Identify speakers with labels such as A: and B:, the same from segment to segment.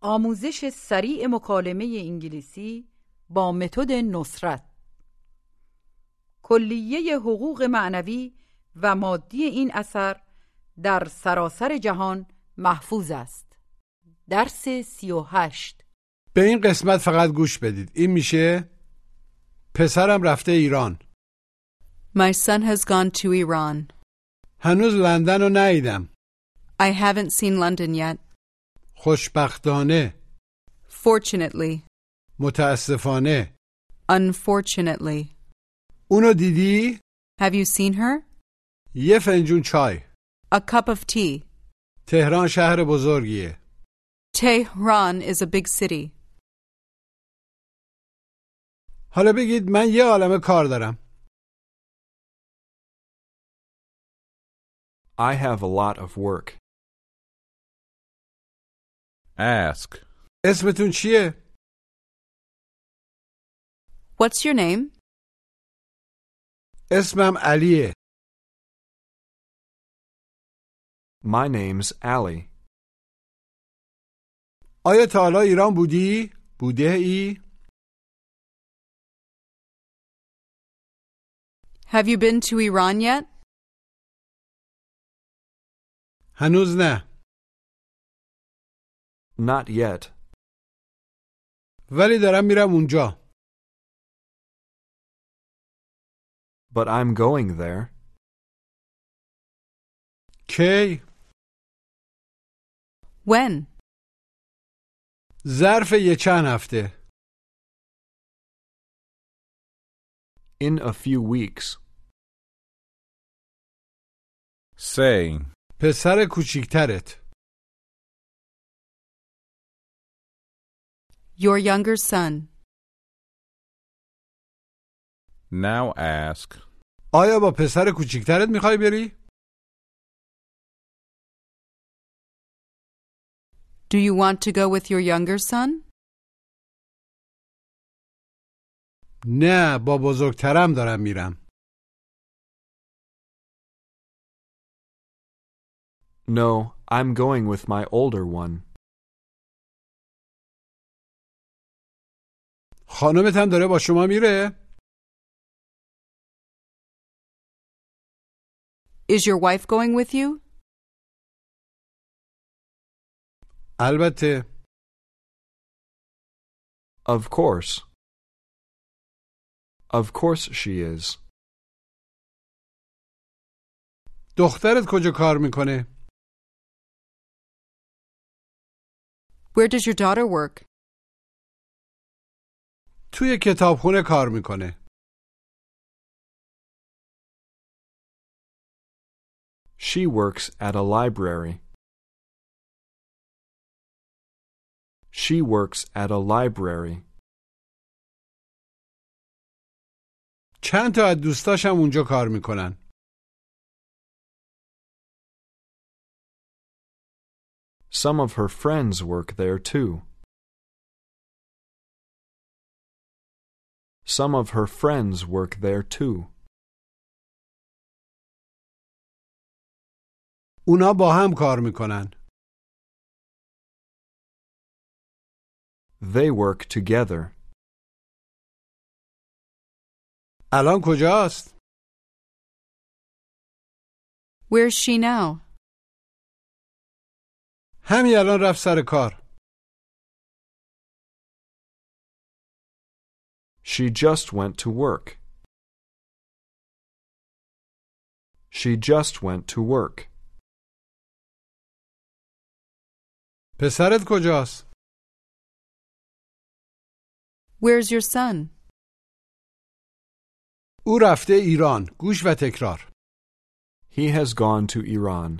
A: آموزش سریع مکالمه انگلیسی با متد نصرت کلیه حقوق معنوی و مادی این اثر در سراسر جهان محفوظ است درس سی و هشت
B: به این قسمت فقط گوش بدید این میشه پسرم رفته ایران
C: My son has gone to Iran.
B: هنوز لندن رو ندیدم
C: I haven't seen London yet.
B: خوشبختانه
C: Fortunately.
B: متاسفانه
C: Unfortunately.
B: اونو دیدی
C: Have you seen her?
B: یه فنجون چای
C: A cup of tea.
B: تهران شهر بزرگیه
C: Tehran is a big city.
B: حالا بگید من یه عالمه کار دارم
D: I have a lot of work.
E: Ask.
B: اسمتون چیه
C: What's your name?
B: اسمم علیه
D: My name's Ali.
B: آیا تا حالا ایران بودی بوده ای
C: Have you been to Iran yet?
B: هنوز نه
D: Not yet.
B: ولی دارم میرم اونجا
D: But I'm going there.
B: کی
C: When?
B: ظرف یه چند هفته
D: In a few weeks.
E: Say.
B: پسر کوچیکترت
C: Your younger son.
E: Now ask.
B: آیا با پسر کوچیکترت میخوای بری؟
C: Do you want to go with your younger son?
B: نه با بزرگترم دارم میرم
D: No, I'm going with my older one.
B: خانمت هم داره با شما میره؟
C: Is your wife going with you?
B: البته
D: Of course. Of course she is.
B: دخترت کجا کار میکنه؟
C: Where does your daughter work?
B: توی کتابخونه کار میکنه
D: She works at a library. She works at a library.
B: چند تا از دوستاشم اونجا کار میکنن
D: Some of her friends work there too. Some of her friends work there too.
B: اونا با هم کار میکنن
D: They work together.
B: الان کجاست؟
C: Where's she now?
B: همین الان رفت سر کار
D: She just went to work. She just went to work.
B: پسرت کجاست
C: Where's your son?
B: او رفته ایران گوش و تکرار
D: He has gone to Iran.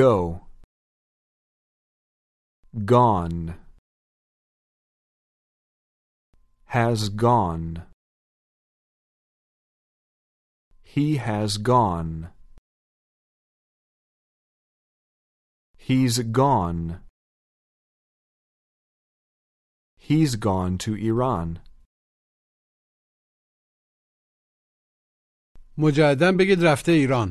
D: Go. Gone. Has gone. He has gone. He's gone. He's gone to Iran.
B: مجددا بگید رفته ایران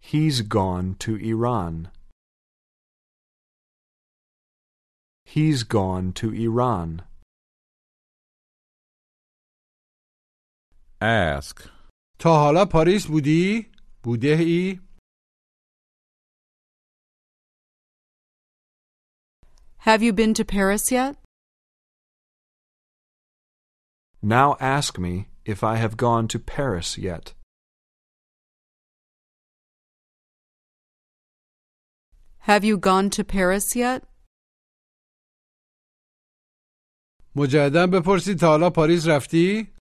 D: He's gone to Iran. He's gone to Iran.
E: ask,
B: تا حالا پاریس بودی بوده ای
C: Have you been to Paris yet?
D: Now ask me if I have gone to Paris yet.
C: Have you gone to Paris yet?
B: مجددا بپرسید تا حالا پاریس رفتی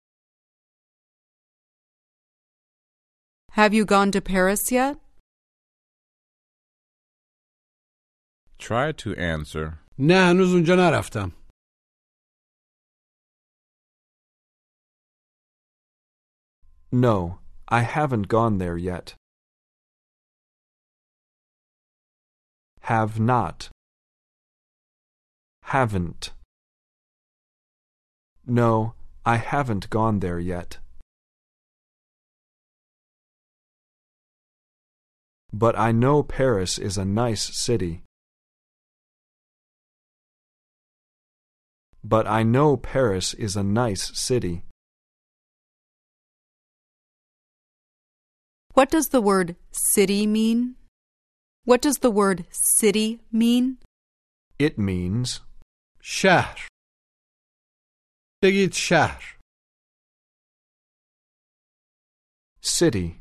C: Have you gone to Paris yet?
E: try to answer,
B: نه هنوز اونجا نرفتم
D: No, I haven't gone there yet. Have not. Haven't. No, I haven't gone there yet. But I know Paris is a nice city. But I know Paris is a nice city.
C: What does the word city mean? What does the word city mean?
D: It means
B: شهر بگید شهر
D: City.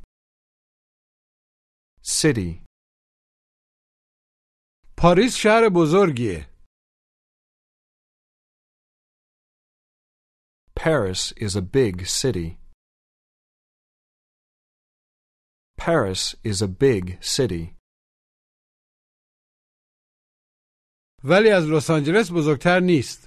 D: City.
B: پاریس شهر بزرگیه
D: Paris is a big city. Paris is a big city,
B: ولی از لس آنجلس بزرگتر نیست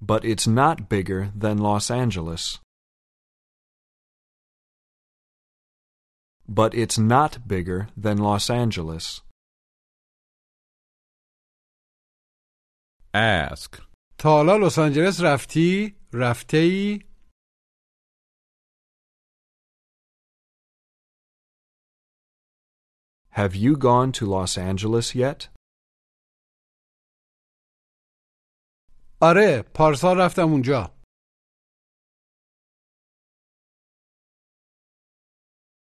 D: but it's not bigger than Los Angeles. But it's not bigger than Los Angeles.
E: ask,
B: تا حالا لس آنجلس رفتی رفته ای
D: Have you gone to Los Angeles yet?
B: آره پارسال رفتم اونجا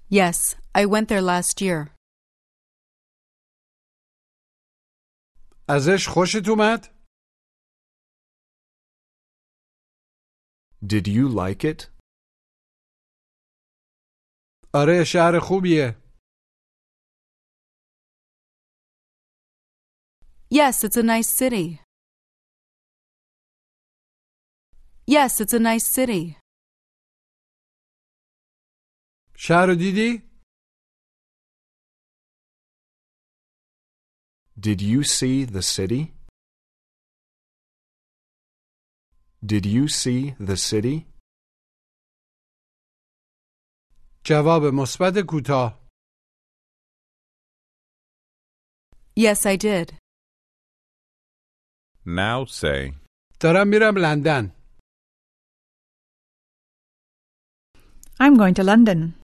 C: Yes, I went there last year.
B: ازش خوشت اومد
D: Did you like it?
B: آره شهر خوبیه
C: Yes, it's a nice city. Yes, it's a nice city.
B: شهر رو دیدی
D: Did you see the city? Did you see the city?
B: جواب مثبت کوتاه
C: Yes, I did.
E: Now say,
B: دارم میرم لندن
F: I'm going to London.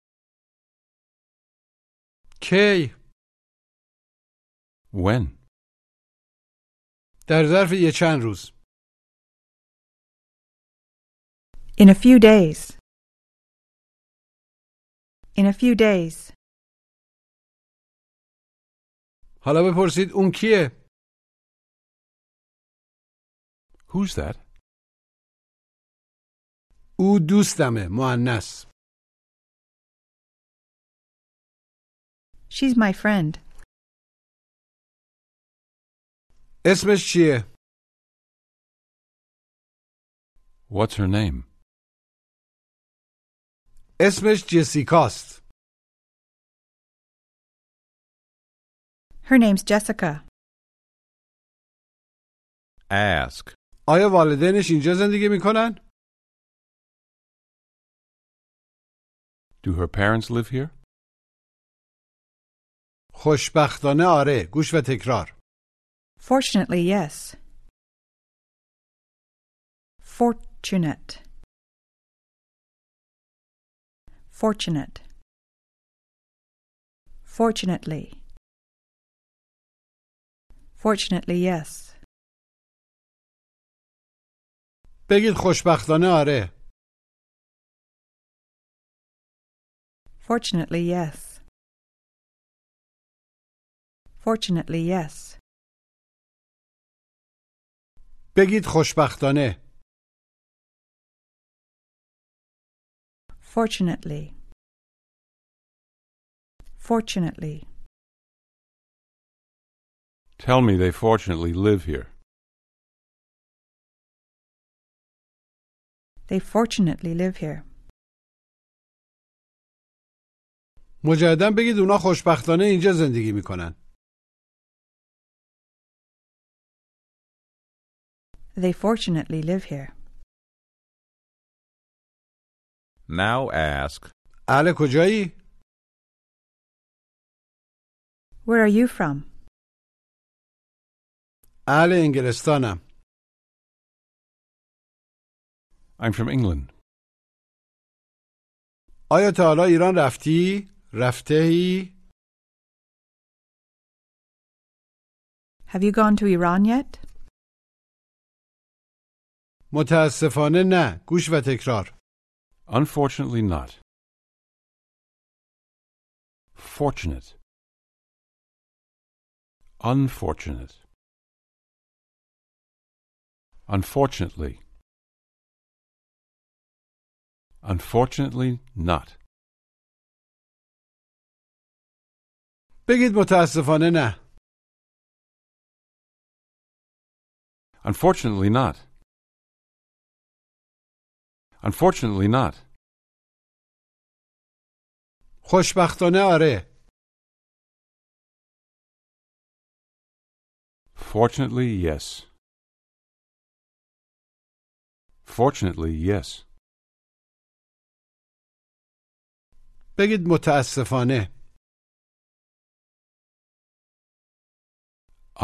B: کی
E: when?
B: در ظرف یه چند روز
F: In a few days. In a few days.
B: حالا بپرسید اون کیه
E: Who's that?
B: او دوستمه مؤنث
F: She's my friend.
B: اسمش چیه
E: What's her name?
B: اسمش جسیکاست
F: Her name's Jessica.
E: Ask.
B: آیا والدینش اینجا زندگی میکنن
E: Do her parents live here?
B: خوشبختانه آره گوش و تکرار
F: Fortunately, yes. Fortunate. Fortunate. Fortunately. Fortunately, yes.
B: بگید خوشبختانه آره
F: Fortunately, yes. Fortunately, yes.
B: بگید خوشبختانه
F: Fortunately. Fortunately.
E: Tell me they fortunately live here.
F: They fortunately live here.
B: مجددا بگید اونا خوشبختانه اینجا زندگی میکنن
F: They fortunately live here.
E: Now ask.
B: اهل کجایی
F: Where are you from?
B: اهل انگلستانم
E: I'm from England.
B: آیا تا حالا ایران رفتی رفته‌ای
F: Have you gone to Iran yet?
B: متاسفانه نه گوش و تکرار
E: Unfortunately not. Fortunate. Unfortunate. Unfortunately. Unfortunately not.
B: بگید متاسفانه نه
E: Unfortunately not. Unfortunately not.
B: خوشبختانه آره
E: Fortunately, yes. Fortunately, yes.
B: بگید متاسفانه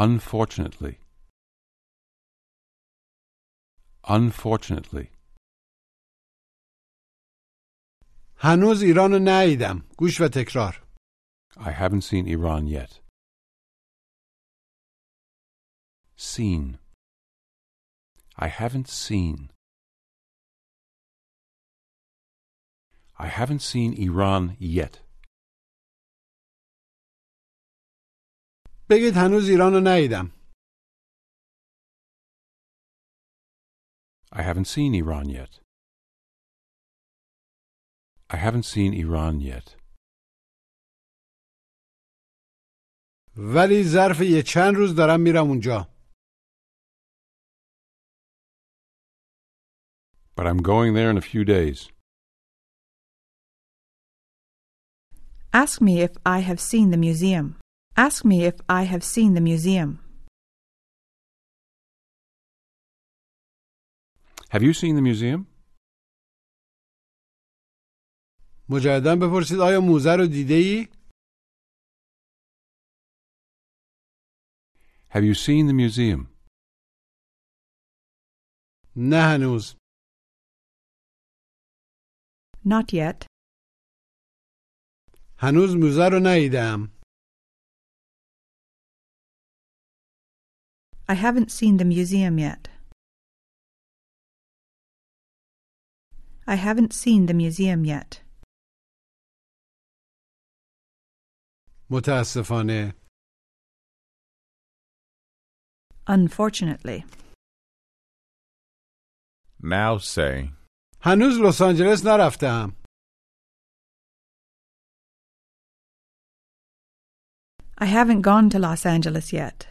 E: Unfortunately. Unfortunately.
B: هنوز ایران رو نیدم گوش و تکرار
E: I haven't seen Iran yet. Seen. I haven't seen. I haven't seen Iran yet.
B: بگید هنوز ایران رو نیدم
E: I haven't seen Iran yet. I haven't seen Iran yet.
B: ولی ظرف یه چند روز دارم میرم اونجا
E: But I'm going there in a few days.
F: Ask me if I have seen the museum. Ask me if I have seen the museum.
E: Have you seen the museum?
B: مجددا بپرسید آیا موزه رو دیده ای؟
E: Have you seen the museum?
B: نه هنوز
F: Not yet.
B: هنوز موزه رو ندیدم
F: I haven't seen the museum yet. I haven't seen the museum yet.
B: متاسفانه
F: Unfortunately.
G: Now say,
B: هنوز لس آنجلس نرفتم
F: I haven't gone to Los Angeles yet.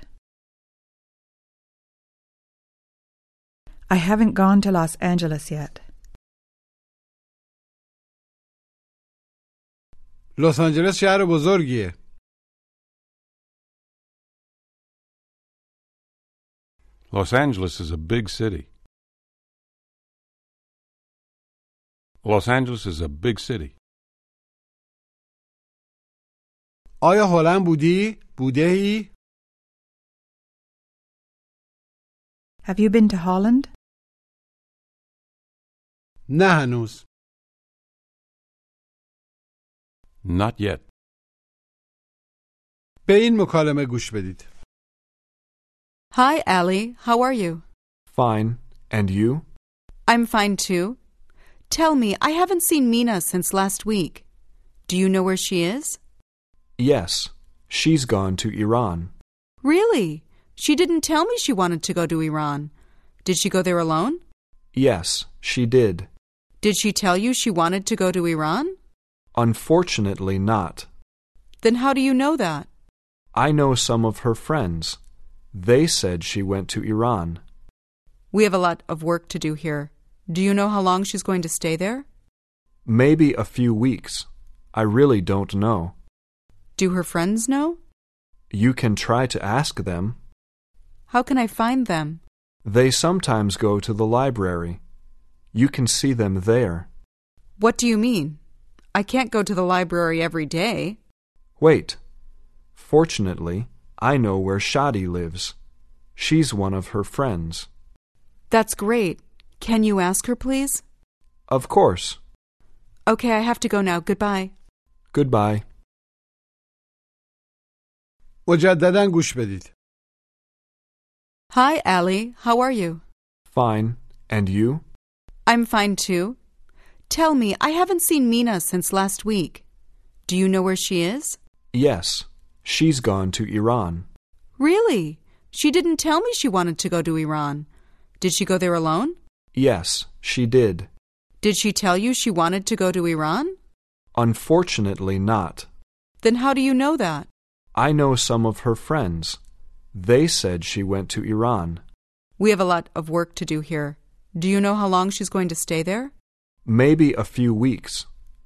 F: I haven't gone to Los Angeles yet.
B: لس آنجلس شهر بزرگیه
E: Los Angeles is a big city. Los Angeles is a big city.
B: آیا هلند بودی؟ بوده ای؟
F: Have you been to Holland?
B: نه هنوز
E: Not yet.
B: به این مکالمه گوش بدید
C: Hi, Allie. How are you?
D: Fine. And you?
C: I'm fine too. Tell me, I haven't seen Mina since last week. Do you know where she is?
D: Yes. She's gone to Iran.
C: Really? She didn't tell me she wanted to go to Iran. Did she go there alone?
D: Yes, she did.
C: Did she tell you she wanted to go to Iran?
D: Unfortunately, not.
C: Then how do you know that?
D: I know some of her friends. They said she went to Iran.
C: We have a lot of work to do here. Do you know how long she's going to stay there?
D: Maybe a few weeks. I really don't know.
C: Do her friends know?
D: You can try to ask them.
C: How can I find them?
D: They sometimes go to the library. You can see them there.
C: What do you mean? I can't go to the library every day.
D: Wait. Fortunately, I know where Shadi lives. She's one of her friends.
C: That's great. Can you ask her, please?
D: Of course.
C: Okay, I have to go now. Goodbye.
D: Goodbye.
B: مجددا گوش بدید
C: Hi, Allie. How are you?
D: Fine. And you?
C: I'm fine too. Tell me, I haven't seen Mina since last week. Do you know where she is?
D: Yes. She's gone to Iran.
C: Really? She didn't tell me she wanted to go to Iran. Did she go there alone?
D: Yes, she did.
C: Did she tell you she wanted to go to Iran?
D: Unfortunately, not.
C: Then how do you know that?
D: I know some of her friends. They said she went to Iran.
C: We have a lot of work to do here. Do you know how long she's going to stay there?
D: Maybe a few weeks.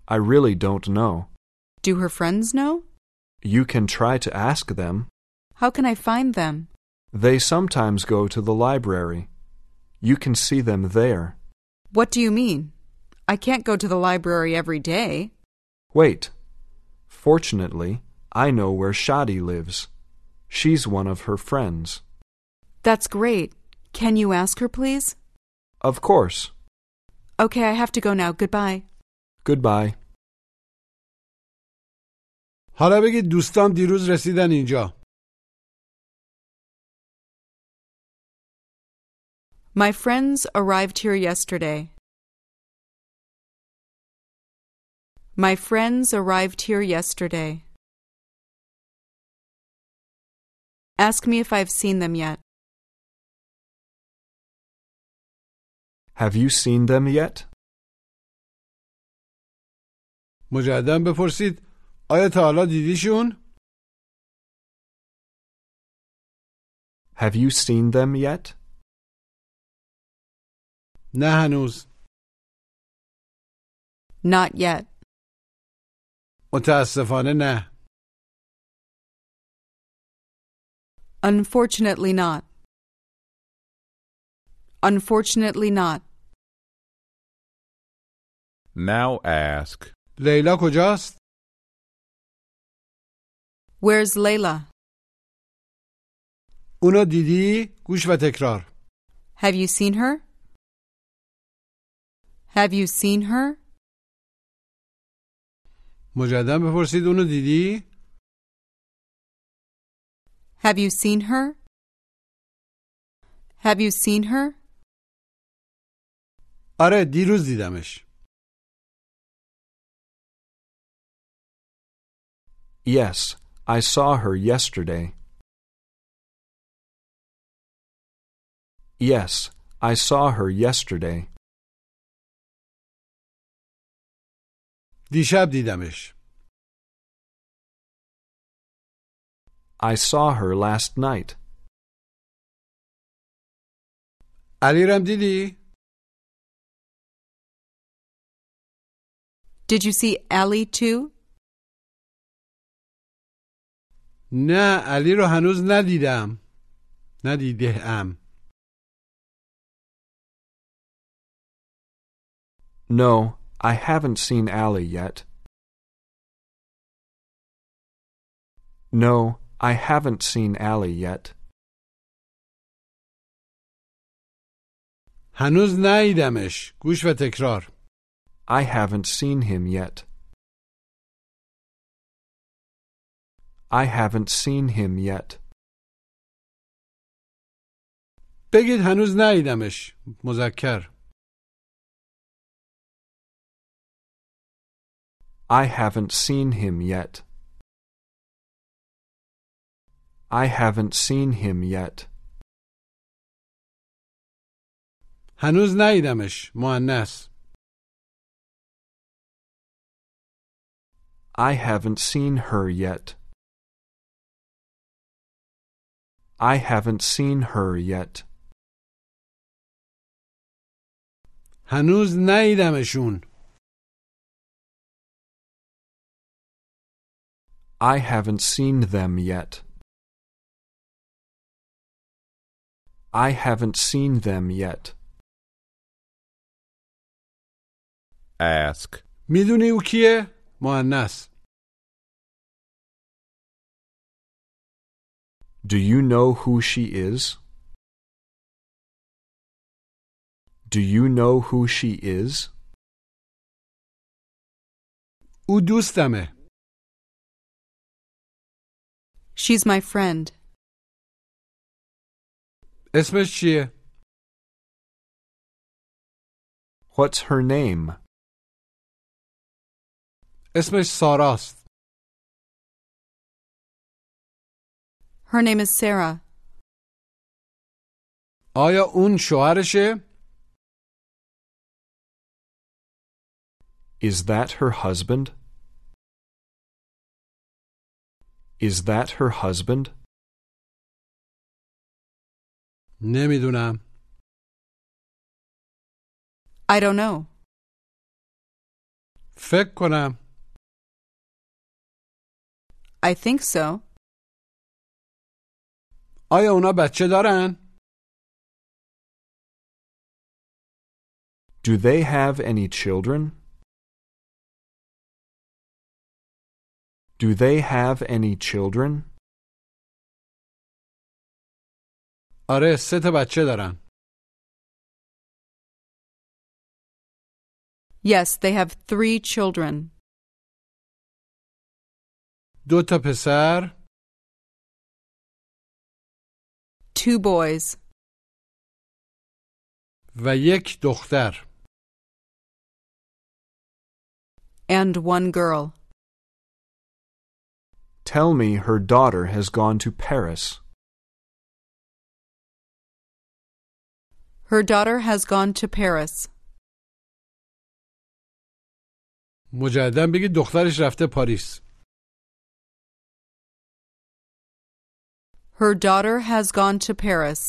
D: I really don't know.
C: Do her friends know?
D: You can try to ask them.
C: How can I find them?
D: They sometimes go to the library. You can see them there.
C: What do you mean? I can't go to the library every day.
D: Wait. Fortunately, I know where Shadi lives. She's one of her friends.
C: That's great. Can you ask her, please?
D: Of course.
C: Okay, I have to go now. Goodbye.
D: Goodbye.
B: حالا بگید دوستام دیروز رسیدن اینجا
C: My friends arrived here yesterday. My friends arrived here yesterday. Ask me if I've seen them yet.
D: Have you seen them yet?
B: مجددا بپرسید آیا تا حالا دیدیشون؟
D: Have you seen them yet?
B: نه هنوز
C: Not yet.
B: متاسفانه نه
C: Unfortunately not. Unfortunately not.
E: Now ask.
B: لیلا کجاست؟
C: Where's Layla?
B: اونو دیدی؟ گوش و تکرار
C: Have you seen her? Have you seen her?
B: مجددا بپرسید اونو دیدی؟
C: Have you seen her? Have you seen her?
B: آره دیروز دیدمش
D: Yes, I saw her yesterday. Yes, I saw her yesterday.
B: دیشب دیدمش
D: I saw her last night.
B: علیرم دیدی؟
C: Did you see Ellie too?
B: نه علی رو هنوز ندیدم ندیده ام
D: No, I haven't seen Allie yet. No, I haven't seen Allie yet.
B: هنوز ندیدمش گوش و تکرار
D: I haven't seen him yet. I haven't seen him yet.
B: بگید هنوز ندیدمش مذکر
D: I haven't seen him yet. I haven't seen him yet.
B: هنوز ندیدمش مؤنث
D: I haven't seen her yet. I haven't seen her yet.
B: هنوز ندیدمشون
D: I haven't seen them yet. I haven't seen them yet.
E: Ask.
B: میدونی او کیه؟ مؤنث
D: Do you know who she is? Do you know who she is?
B: او دوستمه
C: She's my friend.
B: اسمش چیه؟
D: What's her name?
B: اسمش ساراست
C: Her name is Sarah.
B: آیا اون شوهرشه؟
D: Is that her husband? Is that her husband?
B: نمیدونم
C: I don't know.
B: فکر کنم
C: I think so.
B: آیا اونا بچه دارن؟
D: Do they have any children? Do they have any children?
B: آره سه تا بچه دارن
C: Yes, they have three children
B: دو تا پسر
C: two boys
B: و یک دختر
C: and one girl.
D: Tell me her daughter has gone to Paris.
C: Her daughter has gone to Paris.
B: مجددا بگید دخترش رفته پاریس
C: Her daughter has gone to Paris.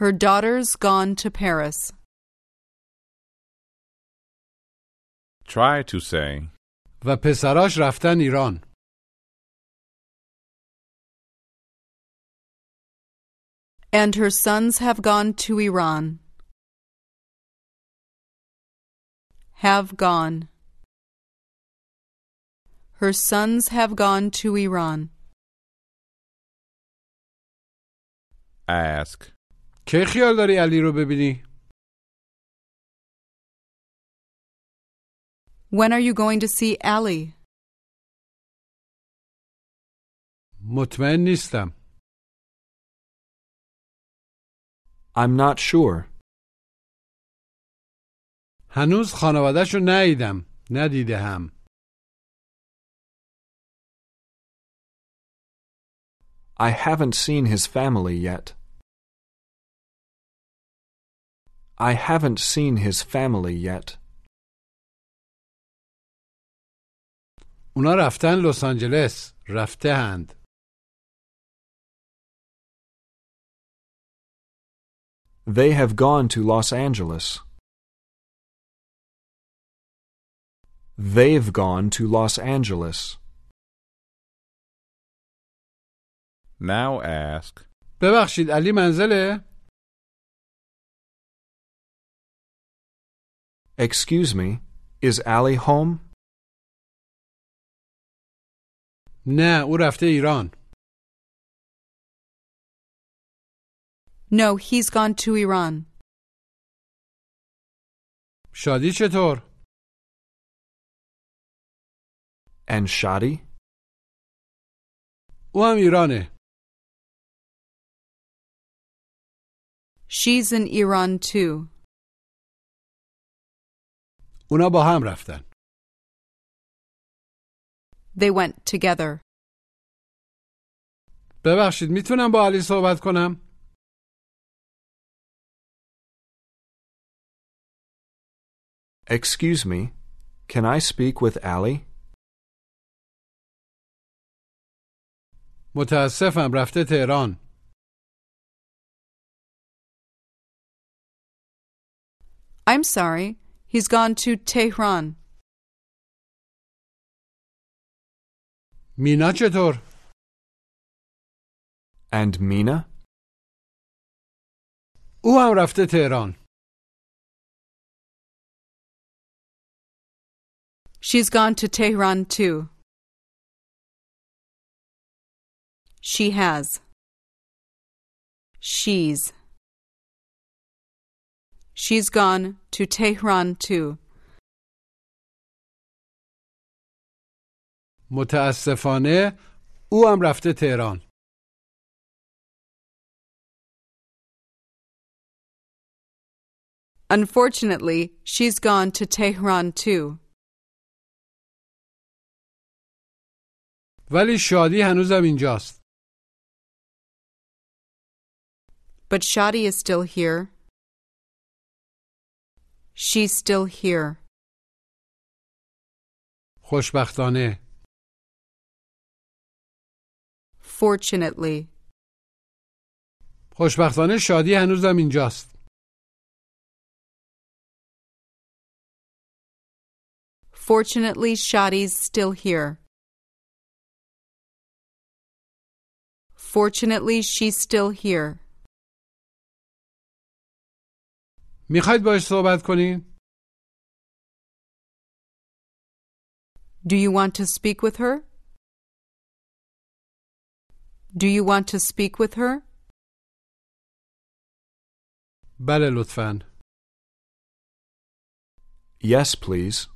C: Her daughter's gone to Paris.
E: Try to say.
B: و پسراش رفتن ایران
C: And her sons have gone to Iran. Have gone. Her sons have gone to Iran.
E: Ask.
B: کی خیال داری علی رو ببینی؟
C: When are you going to see Ali?
B: مطمئن نیستم.
D: I'm not sure.
B: هنوز خانوادهش رو ندیدم. ندیده هم.
D: I haven't seen his family yet. I haven't seen his family yet.
B: اونا رفتن لس آنجلس. رفته هند.
D: They have gone to Los Angeles. They've gone to Los Angeles.
E: Now ask.
B: ببخشید علی منزله؟
D: Excuse me, is Ali home?
B: نه او رفته ایران.
C: No, he's gone to Iran.
B: شادی چطور؟
D: And Shadi?
B: او هم ایرانه.
C: She's in Iran too.
B: اونا با هم رفتن.
C: They went together.
B: ببخشید میتونم با علی صحبت کنم؟
D: Excuse me, can I speak with Ali?
B: متاسفم رفته تهران.
C: I'm sorry. He's gone to Tehran.
B: مینا چطور؟
D: And Mina?
B: او هم رفته تهران.
C: She's gone to Tehran too. She has. She's. She's gone to Tehran too.
B: متاسفانه او هم رفته تهران.
C: Unfortunately, she's gone to Tehran too.
B: ولی شادی هنوزم اینجاست.
C: But Shadi is still here. She's still here.
B: خوشبختانه.
C: Fortunately.
B: خوشبختانه شادی هنوزم اینجاست.
C: Fortunately, Shadi's still here. Fortunately, she's still here.
B: میخواید باش صحبت کنین؟
C: Do you want to speak with her? Do you want to speak with her?
B: بله لطفاً.
D: Yes, please.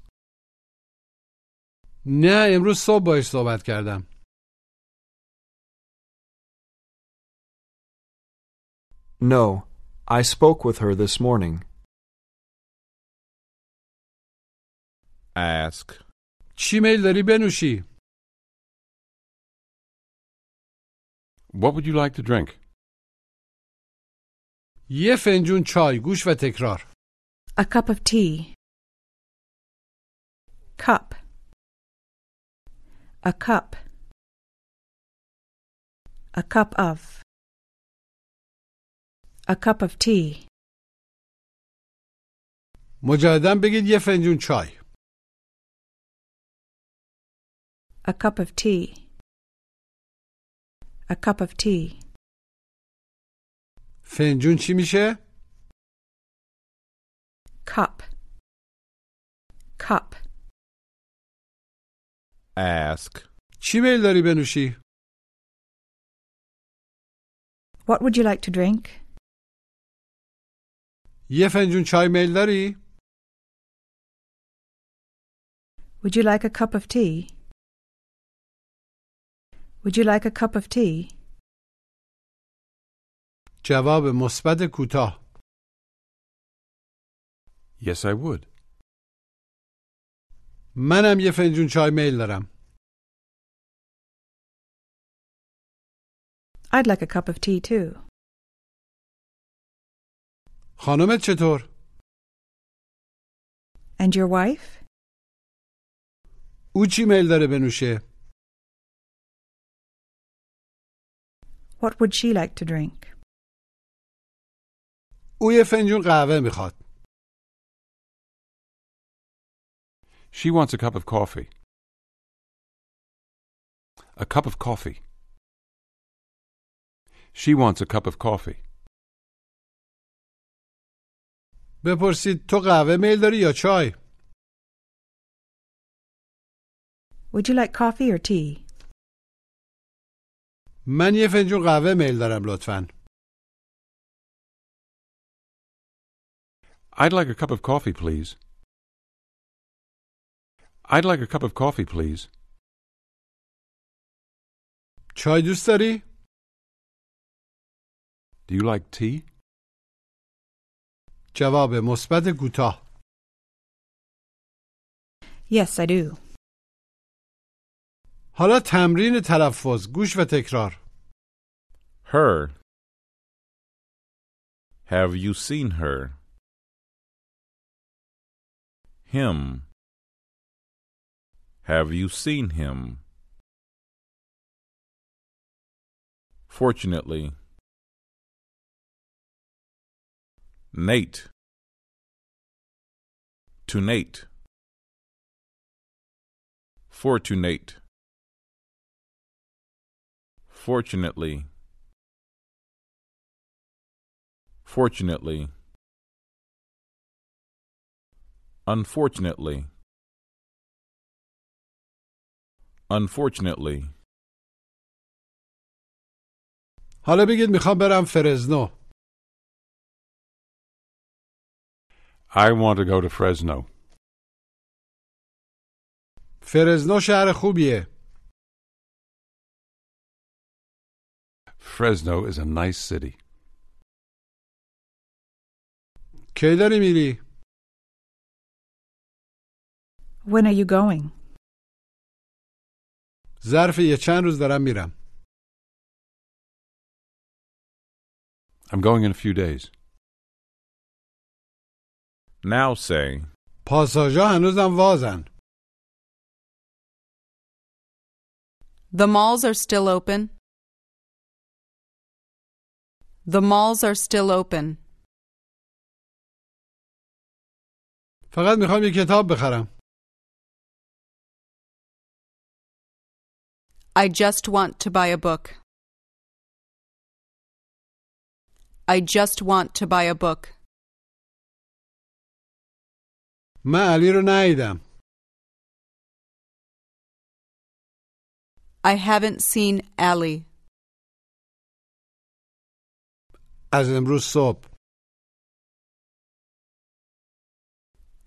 B: نه امروز صبح باش صحبت کردم.
D: No, I spoke with her this morning.
E: Ask.
B: چی میل داری بنوشی؟
E: What would you like to drink?
B: یه فنجون چای گوش و تکرار.
F: A cup of tea. Cup. A cup. A cup of. A cup of tea.
B: مجددا بگید یه فنجون چای.
F: A cup of tea. A cup of tea.
B: فنجون چی میشه؟
F: Cup. Cup.
G: Ask.
B: چی میل داری بنوشی؟
F: What would you like to drink?
B: یه فنجون چای میل داری؟
F: Would you like a cup of tea? Would you like a cup of tea?
B: جواب مثبت کوتاه
E: Yes, I would.
B: منم یه فنجون چای میل دارم
F: I'd like a cup of tea too.
B: خانمت چطور؟
F: And your wife?
B: او چی میل داره بنوشه؟
F: What would she like to drink?
B: او یه فنجون قهوه میخواد
E: She wants a cup of coffee. A cup of coffee. She wants a cup of coffee.
B: بپرسید تو قهوه میل داری یا چای؟
F: Would you like coffee or tea?
B: من یه فنجون قهوه میل دارم لطفا
E: I'd like a cup of coffee, please. I'd like a cup of coffee, please.
B: چای دوست داری؟
E: Do you like tea?
B: جواب مثبت کوتاه
F: Yes, I do.
B: حالا تمرین تلفظ گوش و تکرار
G: Her. Have you seen her? Him. Have you seen him? Fortunately. Nate. To Nate. Fortunate. Fortunately. Fortunately. Unfortunately. Unfortunately.
B: حالا بگید میخوام برم فرزنو
E: I want to go to Fresno.
B: فرزنو شهر خوبیه
E: Fresno is a nice city.
B: کی داری میری؟
F: When are you going?
B: ظرف یه چند روز دارم میرم
E: I'm going in a few days.
G: Now say,
B: پاساژا هنوزم وازن
C: The malls are still open. The malls are still open.
B: فقط میخوام یه کتاب بخرم
C: I just want to buy a book. I just want to buy a book.
B: من علی رو ندیدم
C: I haven't seen Allie
B: از امروز صبح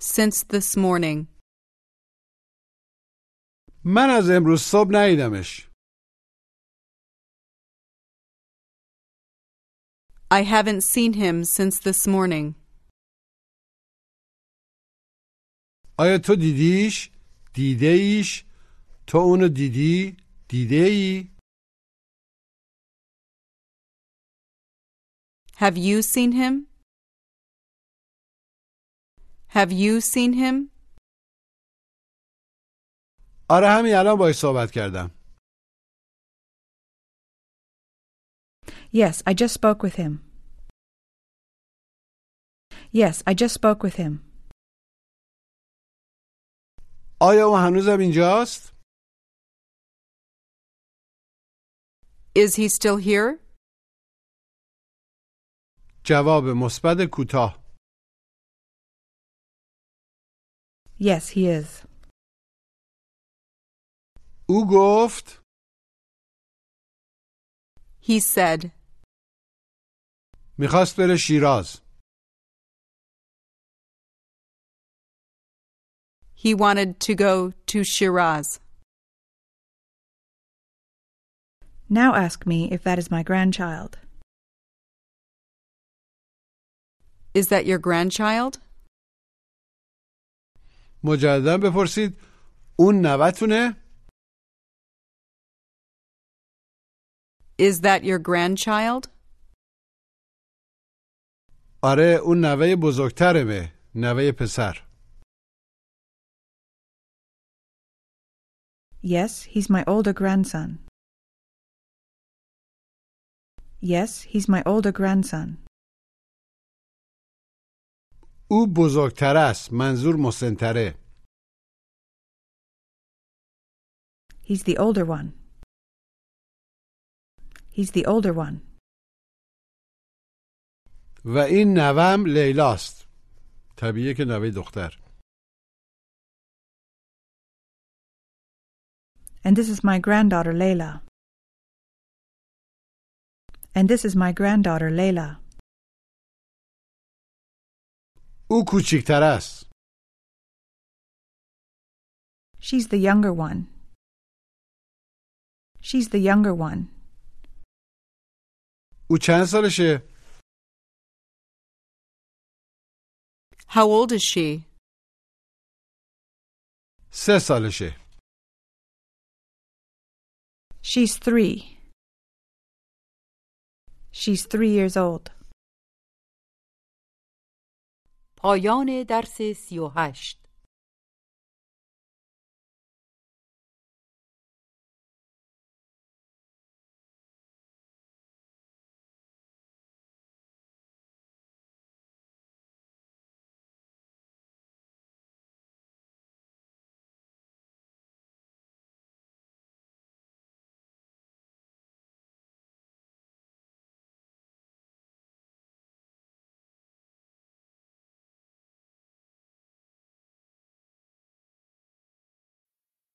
C: since this morning.
B: من از امروز صبح ندیدمش
C: I haven't seen him since this morning.
B: آیا تو دیدیش؟ دیده ایش؟ تو اونو دیدی؟ دیده ای؟
C: Have you seen him? Have you seen him?
B: آره همین الان باش صحبت کردم
F: Yes, I just spoke with him. Yes, I just spoke with him.
B: آیا او هنوزم اینجاست؟
C: Is he still here?
B: جواب مثبت کوتاه
F: Yes, he is.
B: او گفت
C: He said,
B: میخواست بره شیراز
C: He wanted to go to Shiraz.
F: Now ask me if that is my grandchild.
C: Is that your grandchild?
B: مجددا بپرسید اون نوتونه
C: Is that your grandchild?
B: آره اون نوه بزرگترمه نوه پسر
F: Yes, he's my older grandson. Yes, he's my older grandson.
B: او بزرگتر است منظور مسنتره
F: He's the older one. He's the older one.
B: و این نوم لیلاست طبیعه که نوه دختر
F: And this is my granddaughter Layla. And this is my granddaughter Layla.
B: او کوچیکتر است
F: She's the younger one. She's the younger one.
B: او چند سالشه
C: How old is she?
B: سه سالشه
F: She's three. She's three years old.
A: پایان درس سی و هشت